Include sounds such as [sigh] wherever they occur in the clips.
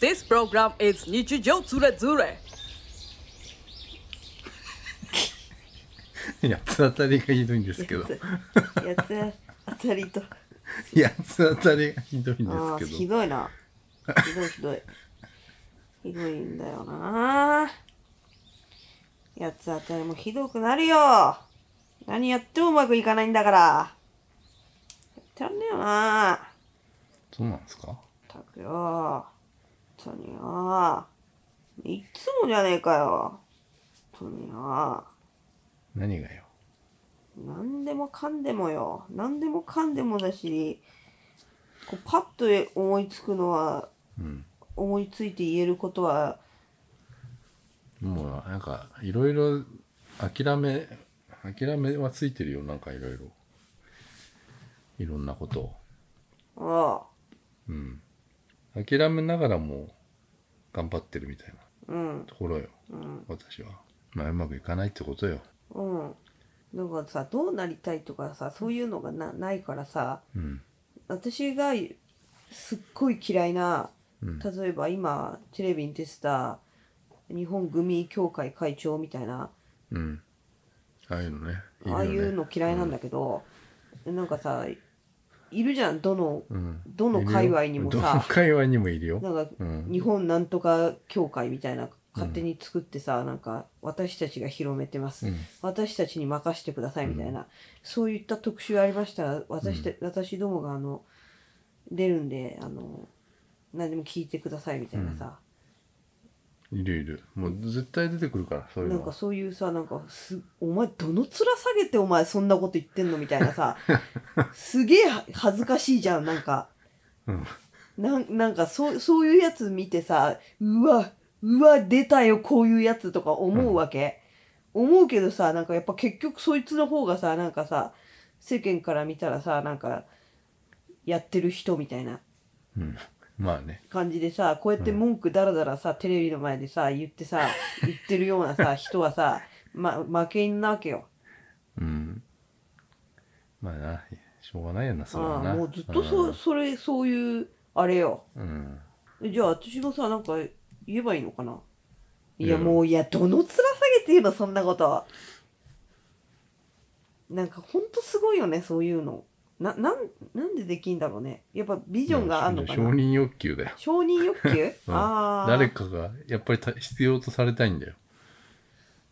This program is 日常ズレズレ [laughs] やつ当たりがひどいんですけどやつやつ当たりとか [laughs] やつ当たりがひどいんでああすひけどどいなひどいひどいひどいんだよなやつ当たりもひどくなるよ何やってもうまくいかないんだからやってらんねえよなそうなんですかったくよ本当によいつもじゃねえかよ本当によ何がよ何でもかんでもよ何でもかんでもだしこうパッと思いつくのはうん思いついて言えることはもうなんかいろいろ諦め諦めはついてるよなんかいろいろいろんなことをああうん諦めながらも頑張ってるみたいなうんところよ、私はまあうまくいかないってことようんだからさどうなりたいとかさそういうのがなないからさうん私がすっごい嫌いなうん例えば今テレビに出てた日本グミ協会会長みたいなうんああいうのねいるあよあねいうの嫌いなんだけど、なんかさいるじゃんどのうんどの界隈にもいるよどのさ界隈にもいるよなんかうん日本なんとか協会みたいな勝手に作ってさ、なんか私たちが広めてます、うん私たちに任せてくださいみたいな、そういった特集ありましたら私た、私どもがあの出るんであの何でも聞いてくださいみたいなさ、いるいるもう絶対出てくるからそういうなんのかはそういうさなんかすお前どの面下げてお前そんなこと言ってんのみたい [laughs] なさすげえは恥ずかしいじゃんなんかうんなんなんかそうそういうやつ見てさうわうわ出たよこういうやつとか思うわけ、思うけどさなんかやっぱ結局そいつの方がさなんかさ世間から見たらさなんかやってる人みたいなうん [laughs] まあね感じでさこうやって文句だらだらさ、テレビの前でさ言っ [laughs] てさ言ってるようなさ人はさ、ま、負けんなわけようんまあなしょうがないよなそれはあなあもうずっとそ,、うそれそういうあれようん、うんじゃあ私もさなんか言えばいいのかないやいやもういやどの面下げて言えばそんなことなんかほんとすごいよねそういうのななんなんでできんだろうねやっぱビジョンがあるのか承な認欲求だよ、承認欲求、 [laughs] うんああ誰かがやっぱりた必要とされたいんだよ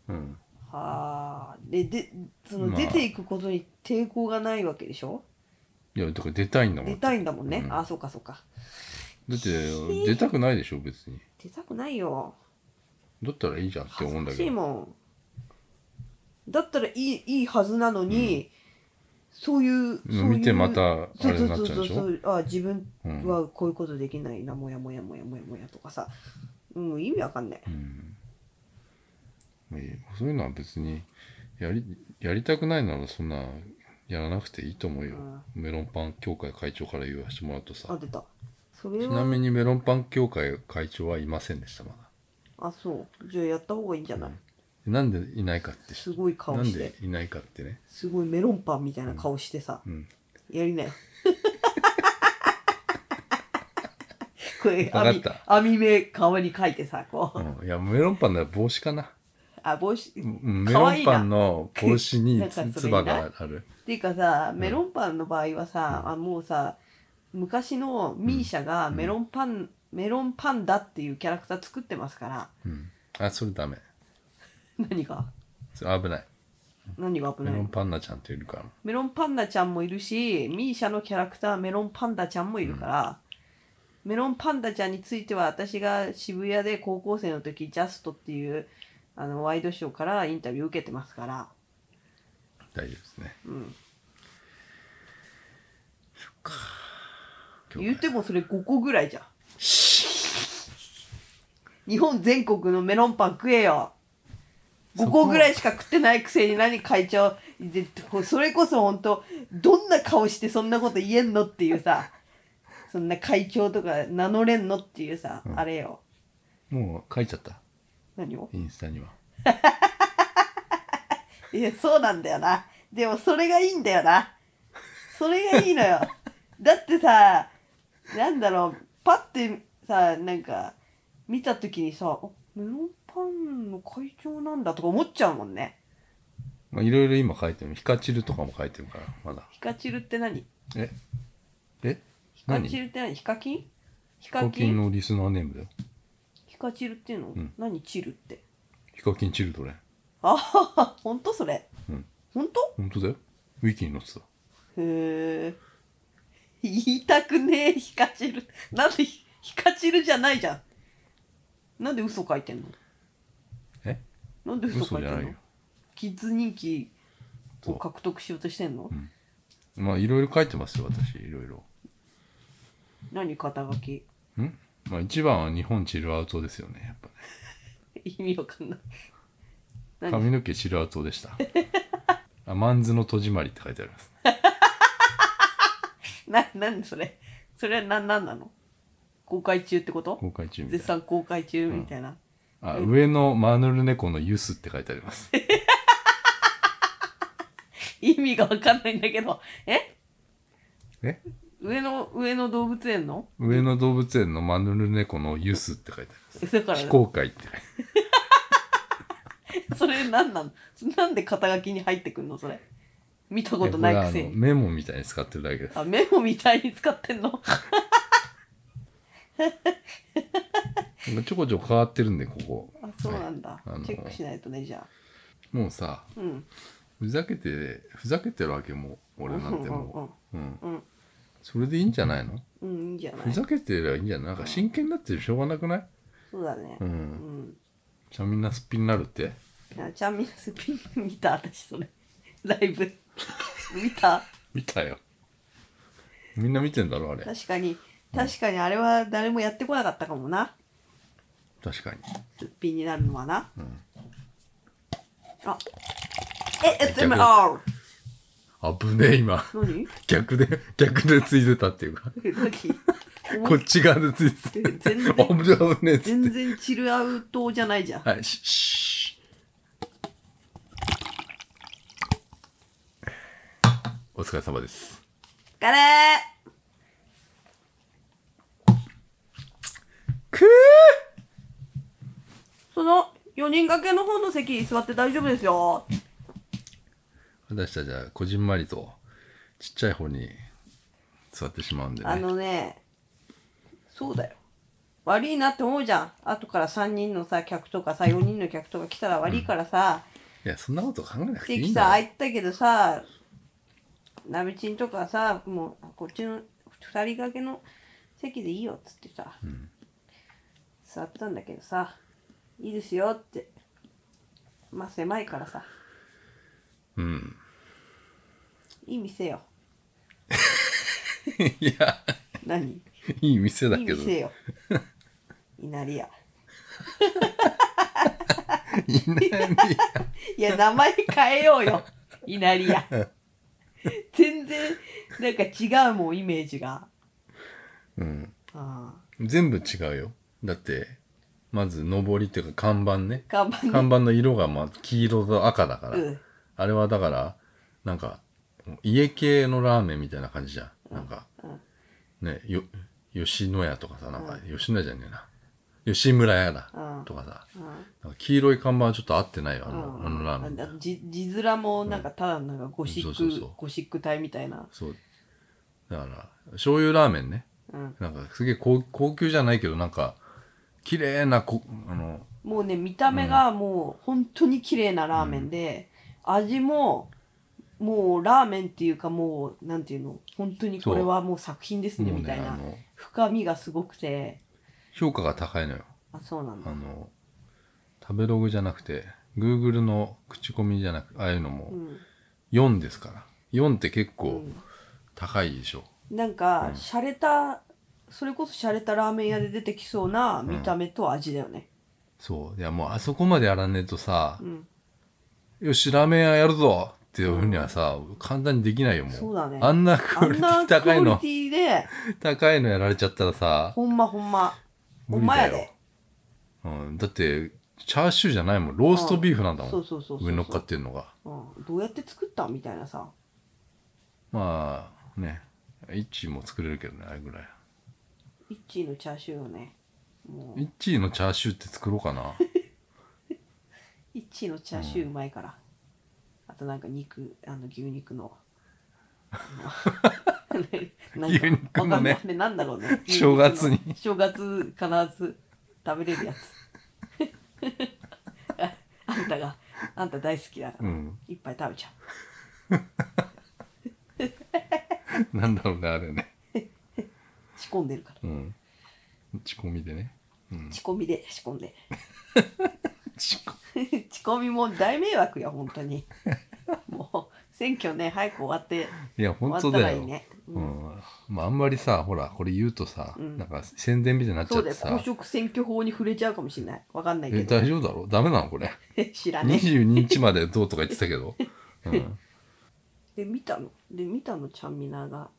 うんはあででそのまあ出ていくことに抵抗がないわけでしょ、いやだから出たいんだも出んたいんだもんね、うんあそうかそうかだって出たくないでしょ別に出たくないよだったらいいじゃんって恥思うずんかだけしいどもんだったらいいいいはずなのに、そういうそういう見てまたあれになっちゃうでしそょうあ自分うんはこういうことできないな、もやもやもやもやもやとかさもう意味わかんないうんまあいいそういうのは別にやりやりたくないならそんなやらなくていいと思うよ、メロンパン協会会長から言わせてもらうとあさ出たそれちなはみにメロンパン協会会長はいませんでしたまだあそうじゃあやった方がいいんじゃない、でなんでいないかってすごい顔なんしてでいないかってねすごいメロンパンみたいな顔してさ、うんやり [laughs] なよこれわかっ網た網目顔に書いてさこう、うん、いやメロンパンなら帽子かなあ帽子うんメかロわいンいパなンの帽子になんかそれいいなつばがあるっていうかさメロンパンの場合はさ、あもうさ昔のミーシャがメロンパン、メロンパンダっていうキャラクター作ってますからうん、あそれダメ何がそれ危ない何が危なメいロンのパンナちゃんっているからメロンパンダちゃんもいるしミーシャのキャラクターメロンパンダちゃんもいるから、メロンパンダちゃんについては私が渋谷で高校生の時ジャストっていうあのワイドショーからインタビュー受けてますから大丈夫ですね了解言うてもそれ5個ぐらいじゃん日本全国のメロンパン食えよ5個ぐらいしか食ってないくせに何会長でそれこそ本当どんな顔してそんなこと言えんのっていうさそんな会長とか名乗れんのっていうさ、あれよもう書いちゃった何をインスタにはいやそうなんだよなでもそれがいいんだよなそれがいいのよだってさなんだろうパッてさなんか見た時にさあメロンパンの会長なんだとか思っちゃうもんねまあ、いろいろ今書いてる。ヒカチルとかも書いてるから、まだ。ヒカチルって何ええヒカ何チルって何ヒカキンヒヒカカキキンンのリスナーネームだよ。ヒカチルっていうの、ん何チルってヒカキンチルドレン。あははほんとそれうん。ほんと本当だよ。ウィキに載ってた。へえ言いたくねえヒカチルなんでヒヒカチルじゃないじゃんなんで嘘書いてんのえなんで嘘書嘘いじてゃなんいのよ。キッズ人気そをう。獲得しようとしてんの、んまあ、いろいろ書いてますよ、私。いろいろ。何肩書き [laughs] んまあ、一番は日本チルアウトですよね、やっぱね。意味わかんない何髪の毛チルアウトで [laughs] した。あ、マンズの戸締まりって書いてあります。な何それそれは何何なの公開中ってこと公開中み絶たい賛公開中みたいな、な。あ、上のマヌルネコのユスって書いてあり [laughs] ます。意味がわかんないんだけどええ上野上野動物園の [laughs] 上野動物園のマヌルネコのユスって書いてあります。えだから非公開って。 [laughs] それ何なのなんで肩書きに入ってくんのそれ見たことないくせいやこれはあのにメモみたいに使ってるだけですあメモみたいに使って [laughs] んのなんかちょこちょこ変わってるんでここあそうなんだ、はいあのチェックしないとねじゃあもうさうんふざけてふざけてるわけもう俺なんてもう、うんうんそれでいいんじゃないのうんいいんじゃなふいざけてりゃいいんじゃないなんか真剣になってるしょうがなくないそうだねううんんじゃあみんなすっぴんになるってあちゃんみんなスピン見た私それ [laughs] ライブ見た見たよみんな見てんだろあれ確かに確かにあれは誰もやってこなかったかもな確かにすっぴんになるのはな、んあええっ逆だったあー危ねえ今何 [laughs] 逆で逆でついてたっていうか何こっち側でついてた全然危ねえ危ねえっつっ全て然チルアウトじゃないじゃん。はい、し、し。お疲れ様です。ガレーくその4人掛けの方の席に座って大丈夫ですよ。私たちはこじんまりとちっちゃい方に座ってしまうんであね。のね、そうだよ。悪いなって思うじゃん。後から3人のさ、客とかさ、4人の客とか来たら悪いからさ、いや、そんなこと考えなくていい席んさ、だ空よ。いてたけどさ、なべちんとかさ、もうこっちの2人掛けの席でいいよっつってさ、座ったんだけどさ、いいですよって。まあ狭いからさ。うん。いい店よ。いや、何いい店だいいけど、店いよ。いなりや。いや、名前変えようよ。いなりや。全然、なんか違うもん、イメージが。うん。ああ全部違うよ。だって、まず、上りっていうか看板ね。看板ね看板の色がまず黄色と赤だから。うんあれはだから、なんか、家系のラーメンみたいな感じじゃん。なんか、ね、よ、吉野家とかさ、なんか、吉野家じゃねえな。吉村屋だ。うんとかさ、んなんか黄色い看板はちょっと合ってないよ、あの、うんあのラーメンみたいな。あじ字面もなんかただのなんかゴシそうッそうそうクゴシック体みたいなそう。だから、醤油ラーメンね。うんなんか、すげえ高高級じゃないけど、なんか、綺麗なこ、あの、もうね見た目がもう本当に綺麗なラーメンで、味ももうラーメンっていうかもうなんていうの本当にこれはもう作品ですねもうねみたいあな、の深みがすごくて評価が高いのよ。あそうなんだあの、食べログじゃなくて、Google の口コミじゃなくああいうのも、ん4ですから。4って結構高いでしょ。なんか洒落たそれこそ洒落たラーメン屋で出てきそうな見た目と味だよね、そう。いや、もうあそこまでやらねえとさ、んよし、ラーメン屋やるぞっていうふうにはさ、簡単にできないよ、もう。そうだねあんなクあオリテんなィク高いオリのテ、ィで高いのやられちゃったらさ、ほんまほんまほ無ん理まだやよでうん、だって、チャーシューじゃないもん、ローストビーフなんだもん。そうそうそうそうそう上に乗っかってるのが。うん、どうやって作ったみたいなさまあ、ね、一も作れるけどね、あれぐらい。イッチーのチャーシューをねもうイッチーのチャーシューって作ろうかな一のチャーシューうまいから、あとなんか肉あの牛 [laughs] 肉のあのなんか牛肉のねわかんないあれなんだろうね牛正肉の月に [laughs] 正月必ず食べれるやつ [laughs] ああんたがあんた大好きだかうら、んいっぱい食べちゃなんだろうねあれねう仕込んでるからうん仕込みでねうん仕込みで仕込んで [laughs] 仕込仕込みも大迷惑よ本当 [laughs] にもう選挙ね早く終わっていや終わ本った当だらいよいねううんんまあ、あんまりさほらこれ言うとさ、うんなんか宣伝みたいになっちそゃうっだてよさ公職選挙法に触れちゃうかもしれないわかんないえけど大丈夫だろダメなのこれ [laughs] 知らねえ22日までどうとか言ってたけど、うん、で見たので見たのちゃんみなが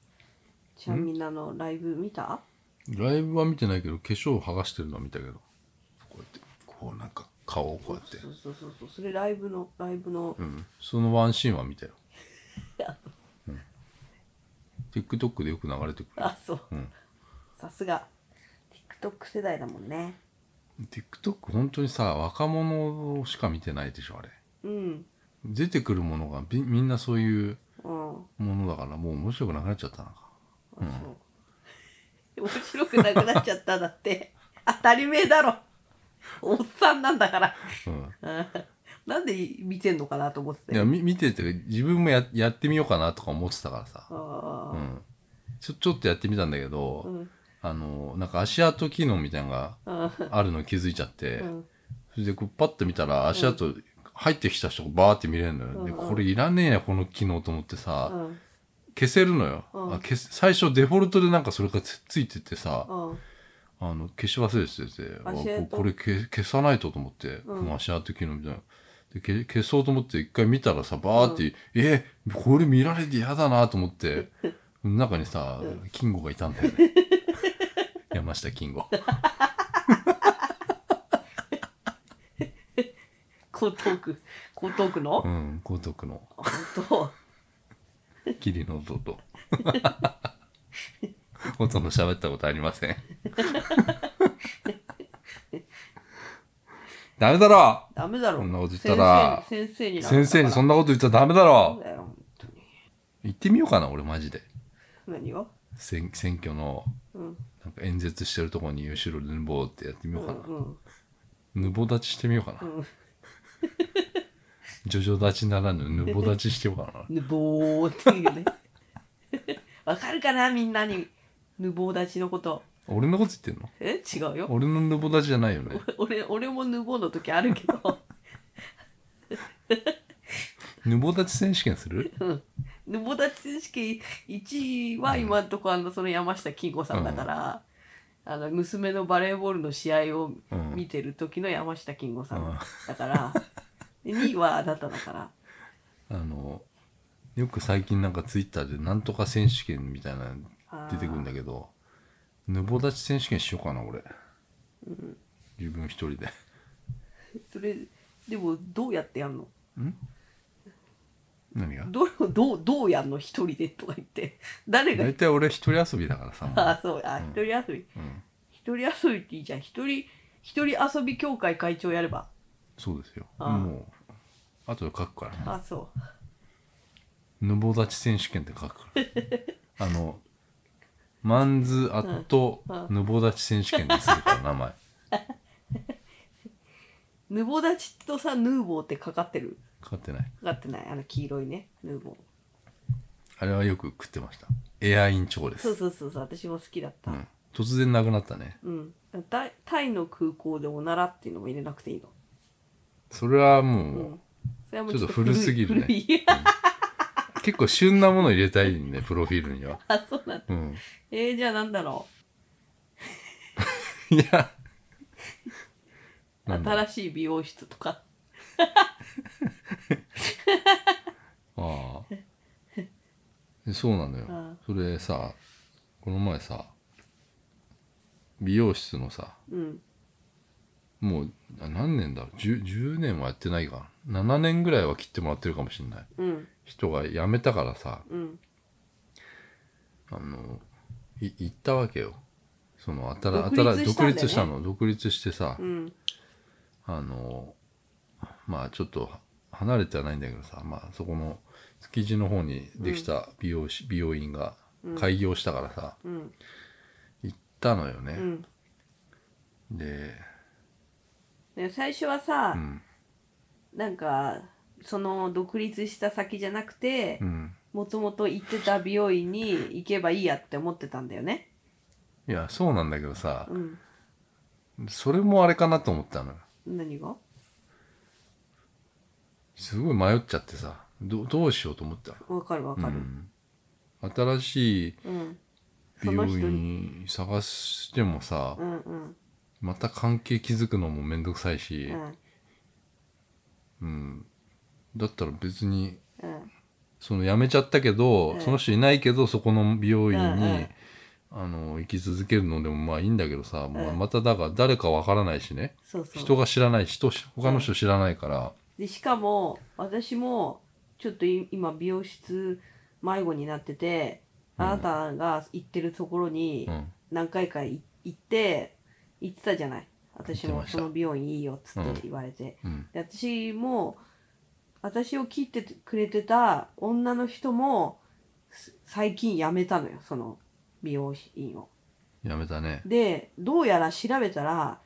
ちゃんみなのライブ見たライブは見てないけど化粧を剥がしてるのは見たけどこうやってこうなんか顔をこうやってそうそうそうそうそれライブのライブのうんそのワンシーンは見た [laughs] よ、うん、TikTok でよく流れてくるあそううんさすが TikTok 世代だもんね TikTok 本当にさ若者しか見てないでしょあれうん出てくるものがみみんなそういううんあものだからもう面白くなくなっちゃったのかそう [laughs] 面白くなくなっちゃっただって当たり前だろおっさんなんだからうんうんなんで見てんのかなと思っていたやよみ見てて自分もややってみようかなとか思ってたからさ、あうーん、ちょちょっとやってみたんだけど、うんあのなんか足跡機能みたいなのがうんあるの気づいちゃって、うんそれでこうパッと見たら足跡入ってきた人がバーって見れるのよ、でこれいらねえやこの機能と思ってさ、うん消せるのよ、うんあ消せ最初デフォルトでなんかそれがつついててさ、うんあの消し忘れてて足跡あここれ消消さないとと思って、うんこの足跡機能みたいな。で消消そうと思って一回見たらさバーって、えこれ見られて嫌だなと思って [laughs] 中にさ、金吾がいたんだよね山下金吾江東区江東区の、うん江東区の本霧の音 [laughs] とほとんど喋ったことありません [laughs] ダメだろ当ダメだろこんなこと言ったら先生に先生にそんんなこと言っちゃダメだろだよ本当に行ってみようかな俺マジで何を選選挙のうんなんか演説してるとこに後ろぬぼーってやってみうよんうかな、うんぬぼ立ちしてみようかな、うん [laughs] ジョジョ立ちならぬぬぼ立ちしてようかなぬぼーっていうね [laughs] わかるかなみんなにぬぼう立ちのこと俺のこと言ってんのえ違うよ俺のぬぼ立ちじゃないよね俺俺もぬぼうの時あるけどぬぼ立ち選手権するぬぼう立ち選手権1位は今んとこあのその山下金吾さんだから、あの娘のバレーボールの試合をうん見てる時の山下金吾さうんんだから、で2位はあなただからあのよく最近なんかツイッターでなんとか選手権みたいなの出てくるんだけどぬぼ立ち選手権しようかな俺、自分一人でそれでもどうやってやんの何がどうどうどうやんの一人でとか言って誰が大体俺一人遊びだからさもう [laughs] あそうあ一人遊び、うん一人遊びっていいじゃん一人一人遊び協会会長やればそうですよああもうあとで書くからねあそうぬぼ立ち選手権って書くから [laughs] あのマンズアットうんうぬぼ立ち選手権にする [laughs] から名前ヌボ立ちとさヌーボーってかかってるかかってないかかってないあの黄色いねヌーボーあれはよく食ってましたエアインチョコでそうす、そうそうそう私も好きだっうたん、突然なくなったねうん、タイタイの空港でおならっていうのも入れなくていいのそれはうもんそれはもちょっと古すぎるね古い [laughs] う、結構旬なもの入れたいねプロフィールには [laughs] あそうなんだうんえー、じゃあなんだろいやうなんだ新しい美容室とかああでそうなのよああそれさこの前さ美容室のさうんもうあ何年だろう 10, 10年はやってないか7年ぐらいは切ってもらってるかもしれないうん人が辞めたからさうんあのい行ったわけよその新独新立し独たんだよね立したの独立してさ、うんあのまあちょっと離れてはないんだけどさまあそこの築地の方にできた美容師、美容院が開業したからさ、うん行ったのようね、んでね最初はさ、うんなんかその独立した先じゃなくてうんもともと行ってた美容院に行けばいいやって思ってたんだよねいやそうなんだけどさうんそれもあれかなと思ったのよ何がすごい迷っちゃってさどどうしようと思ったのわかるわかるうん新しいうん美容その人院探してもさうんうんまた関係築くのもめんどくさいし、うんうん、だったら別にうんその辞めちゃったけど、うんその人いないけどそこの美容院に、うんうんあの行き続けるのでもまあいいんだけどさ、まあうんまただから誰かわからないしねそうそう人が知らない人他の人知らないから、でしかも私もちょっとい今美容室迷子になってて、うんあなたが行ってるところにうん何回かい行って行ってたじゃない行私ってもましたその美容院いいよっつっうんて言われて、うんで私も私を切ってくれてた女の人もす最近辞めたのよその美容院を。辞めたねでどうやら調べたら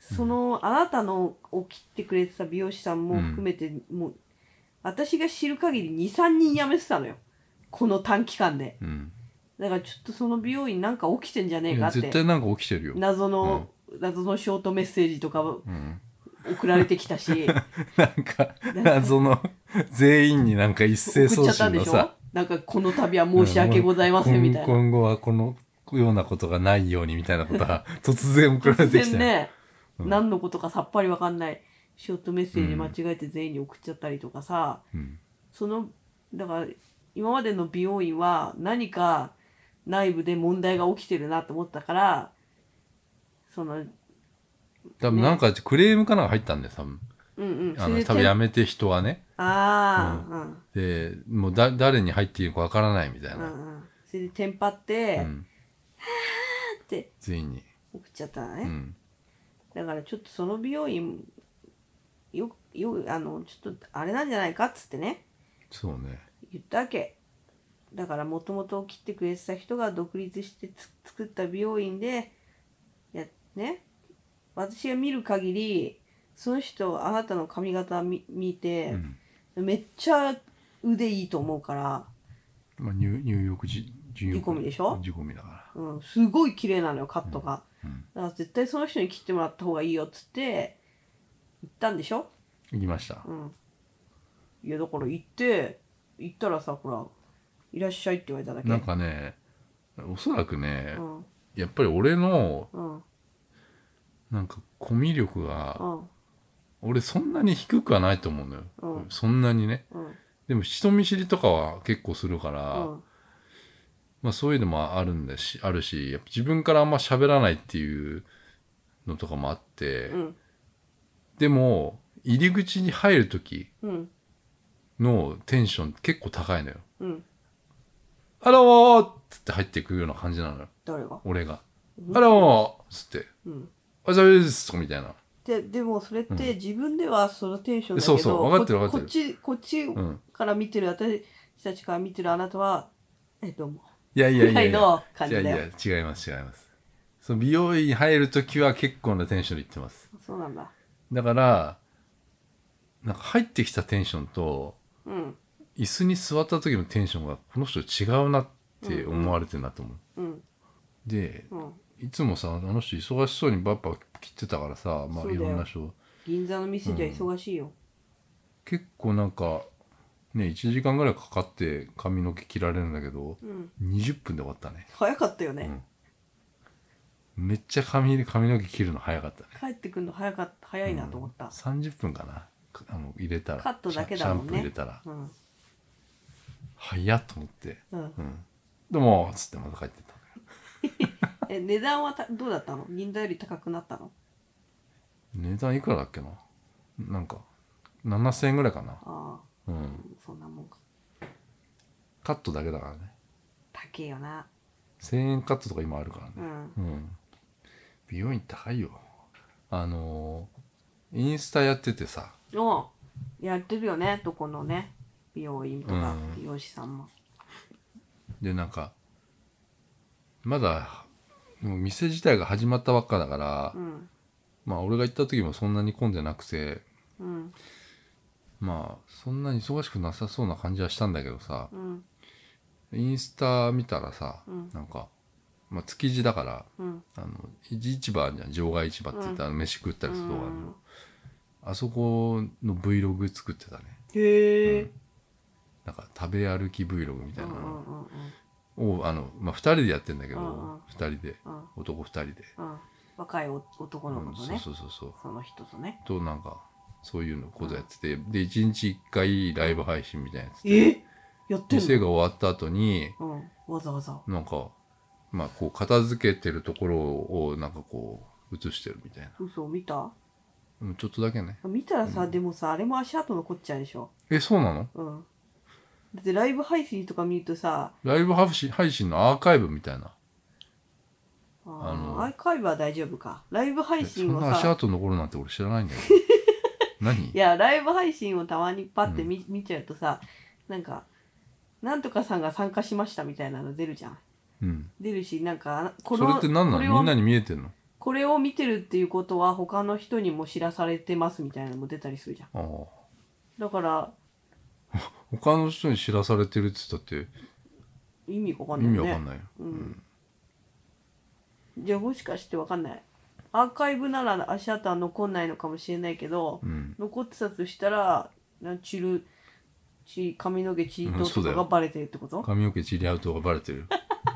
そのあなたのを切ってくれてた美容師さんも含めて、もう私が知る限り23人辞めてたのよこの短期間でうんだからちょっとその美容院なんか起きてんじゃねえいかやって絶対なんか起きてるよ、謎の、謎のショートメッセージとかうん、送られてきた [laughs] しなんか謎の全員になんか一斉送送っちゃったん信でのしょさなんかこの度は申し訳ございませんみたいな今今後はこのようなことがないようにみたいなことが [laughs] 突然送られ突てき然て、ね、うん何のことかさっぱりわかんないショートメッセージ間違えて全員に送っちゃったりとかさ、うん、そのだから今までの美容院は何か内部で問題が起きてるなと思ったからそのうん多分なんかクレームかなんか入ったんだよ多分うんあそれので多分てやめて人はねああでもうだ誰に入っていいかわからないみたいうんうな、んうんそれでテンパって、うっん、て全員に、送っちゃったのうね、ん、だからちょっとその美容院よよあのちょっとあれなんじゃないかっつってねそうね言ったわけだからもともと切ってくれてた人が独立してつ作った美容院でやね私が見る限りその人あなたの髪型見見て、うんめっちゃ腕いいと思うから、まあニュニューヨーク時仕仕込みでしょ仕込みだかうん、すごい綺麗なのよカットが、ら、うん、だから絶対その人に切ってもらった方がいいよっつって言ったんでしょ行きましたうんいやだから行って行ったらさほら「いらっしゃい」って言われただけなんかねおそらくねう、んやっぱり俺のうんなんかコミュ力がうん俺そんなに低くはないと思うのよ、うんそんなにねうんでも人見知りとかは結構するかうら、んまあそういうのもあるんだし、あるし、やっぱ自分からあんま喋らないっていうのとかもあって、うんでも、入り口に入る時うんのテンション結構高いのよ。うんあらーっつって入っていくような感じなのよ、誰が俺がう。んあらーっつって、うんお疲れ様ですとかみたいな。ででもそれっうんて自分ではそのテンションだけど、そうそう分かってる分かってるここっちこうっん。ちから見てる、私たちから見てるあなたはえどうもいやいやいやいぐらいのや。感いじだやよいや、違います違います。その美容院に入る時は結構なテンションで行ってます。そうなんだだから、なんか入ってきたテンションと、うん椅子に座った時のテンションがこの人違うなって思われてるなと思う、うんでうんいつもさあの人忙しそうにバッバ切ってたからさまあそういだよろんな人銀座の店じゃ忙しいよ、結構なんかね1時間ぐらいかかって髪の毛切られるんだけど、ん20分で終わったね早かったよね、めっちゃ髪髪の毛切るの早かったね帰ってくるの早かった早いなと思った、 30分かなかあの入れたらカットだけシャだシもャンんプーね入れたらうん早っと思ってうんう、ん「どうも」っつってまた帰ってったえ値段はたどうだったの銀座より高くなったの値段いくらだっけななんか7000円ぐらいかなあうんあそんなもんかカットだけだからね高えよな1000円カットとか今あるからうねんうん美容院高いよあのーインスタやっててさおやってるよねどこのね美容院とかうん美容師さんも、でなんかまだもう店自体が始まったばっかだから、うんまあ俺が行った時もそんなに混んでなくてうんまあそんなに忙しくなさそうな感じはしたんだけどさうんインスタ見たらさ、うんなんか、まあ、築地だからうんあの市場あんじゃん場外市場って言ったら飯食ったりするとこあるの、あそこの Vlog 作ってたねへえなんか食べ歩き Vlog みうたいんなうのんうんをあの、まあ、2人でやってんだけど、うんうん2人でうん男2人で、うん若いお男のう子んとそうねそうそうそうその人とねとなんかそういうのことやってて、で1日1回ライブ配信みたいなやつえやってん店のが終わった後にうんわざわざなんかまあこう片付けてるところをなんかこう映してるみたいな嘘見たうんちょっとだけね見たらさ、でもさあれも足跡残っちゃうでしょえそうなのうんだってライブ配信とか見るとさライブ配信配信のアーカイブみたいなああのーアーカイブは大丈夫かライブ配えそ信んなは足さ跡残るなんて俺知らないんだ [laughs] けど何いやライブ配信をたまにパッて見,、見ちゃうとさなんかなんとかさんが参加しましたみたいなの出るじゃんうん出るしなんかこそれって何なのこれみんなをに見えてんのこれを見てるっていうことは他の人にも知らされてますみたいなのも出たりするじゃんああだから他の人に知らされてるって言ったって意味わかん意ない味よわねかんないよ、うんじゃあもしかしてわかんないアーカイブなら足跡は残んないのかもしれないけど、うん残ってたとしたらな散るち髪の毛チーうんトそとうだかよがバレてるってこと、髪の毛チリアウトがバレてる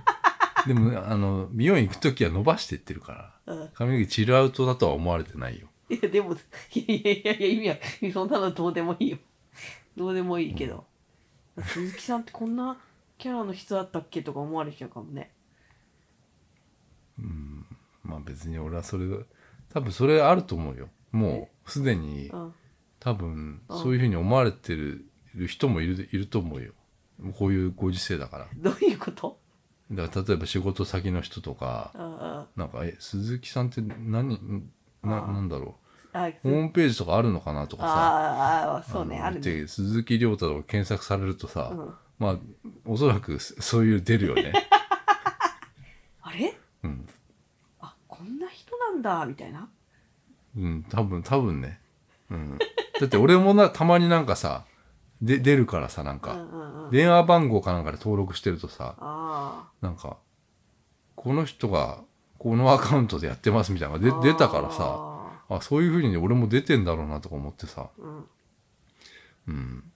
[laughs] でもねあの美容院行く時は伸ばしていってるからうん髪の毛チリアウトだとは思われてないよいやでもいやいやいや意味はそんなのどうでもいいよどうでもいいけど、鈴木さんってこんなキャラの人だったっけとか思われちゃうかもねまあ別に俺はそれ多分それあると思うよもうすでにうん多分そういうふうに思われてる人もいるいると思うよこういうご時世だからどういうことだから例えば仕事先の人とかうんうんなんかえ鈴木さんって何ななんだろあうホームページとかあるのかなとかさあーあーそうねあるねで鈴木亮太とか検索されるとさ、うんまあおそらくそそういう出るよね、 [laughs] あれうんあこんな人なんだみたいなうん、多分多分ね、うん、だって俺もなたまになんかさで出るからさなんうんうか、んうん電話番号かなんかで登録してるとさあなんかこの人がこのアカウントでやってますみたいなのあがで出たからさあそういうふうに俺も出てんだろうなとか思ってさ、うんうん、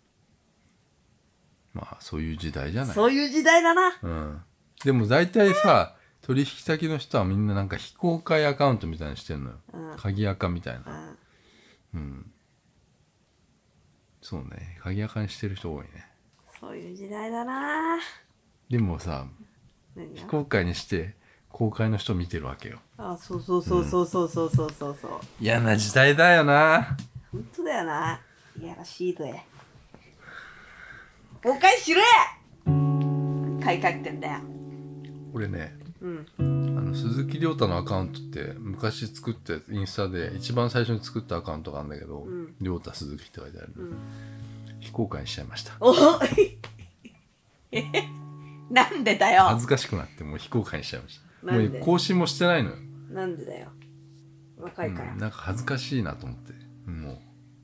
まあそういう時代じゃないそういう時代だなうんでも大体さ、取引先の人はみんななんか非公開アカウントみたいにしてんのよ。うん鍵アカみたいな。うんうん。そうね。鍵アカにしてる人多いね。そういう時代だなでもさ、何が非公開にして公開の人見てるわけよ。あそうそうそうそうそうそうそうそうそう嫌な時代だよな。本当だよないやらしいぜ誤解しろや買いかけてんだよ俺ね、うんあの鈴木亮太のアカウントって昔作ったやつインスタで一番最初に作ったアカウントがあるんだけど、ん亮太鈴木って書いてある、ん非公開にしちゃいました。おえなんでだよ恥ずかしくなってもう非公開にしちゃいましたなんでもう更新もしてないのよ、なんでだよ若ういん、から、なんか恥ずかしいなと思っても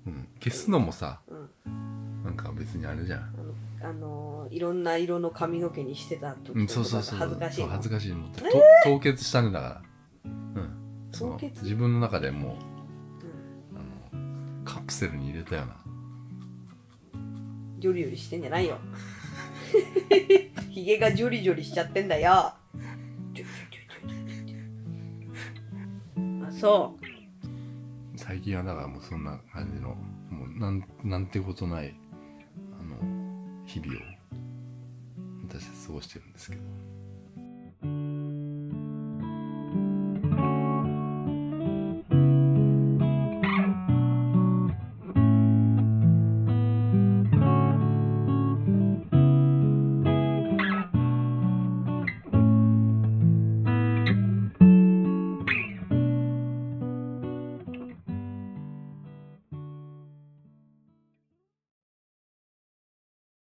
う、うん、消すのもさ、なんか別にあれじゃん、あのーいろんな色の髪の毛にしてた時うん、とそうかそうがそう恥ずかしいそうの恥ずかしいもうと、凍結したんだからうんその凍結自分の中でもう、あのカプセルに入れたようなジョリジョリしてんじゃないよひげがジョリジョリしちゃってんだよジョリジョリジョリジョリジョリあそう最近はだからもうそんな感じのもうなんなんてことないあの日々を私は過ごしてるんですけど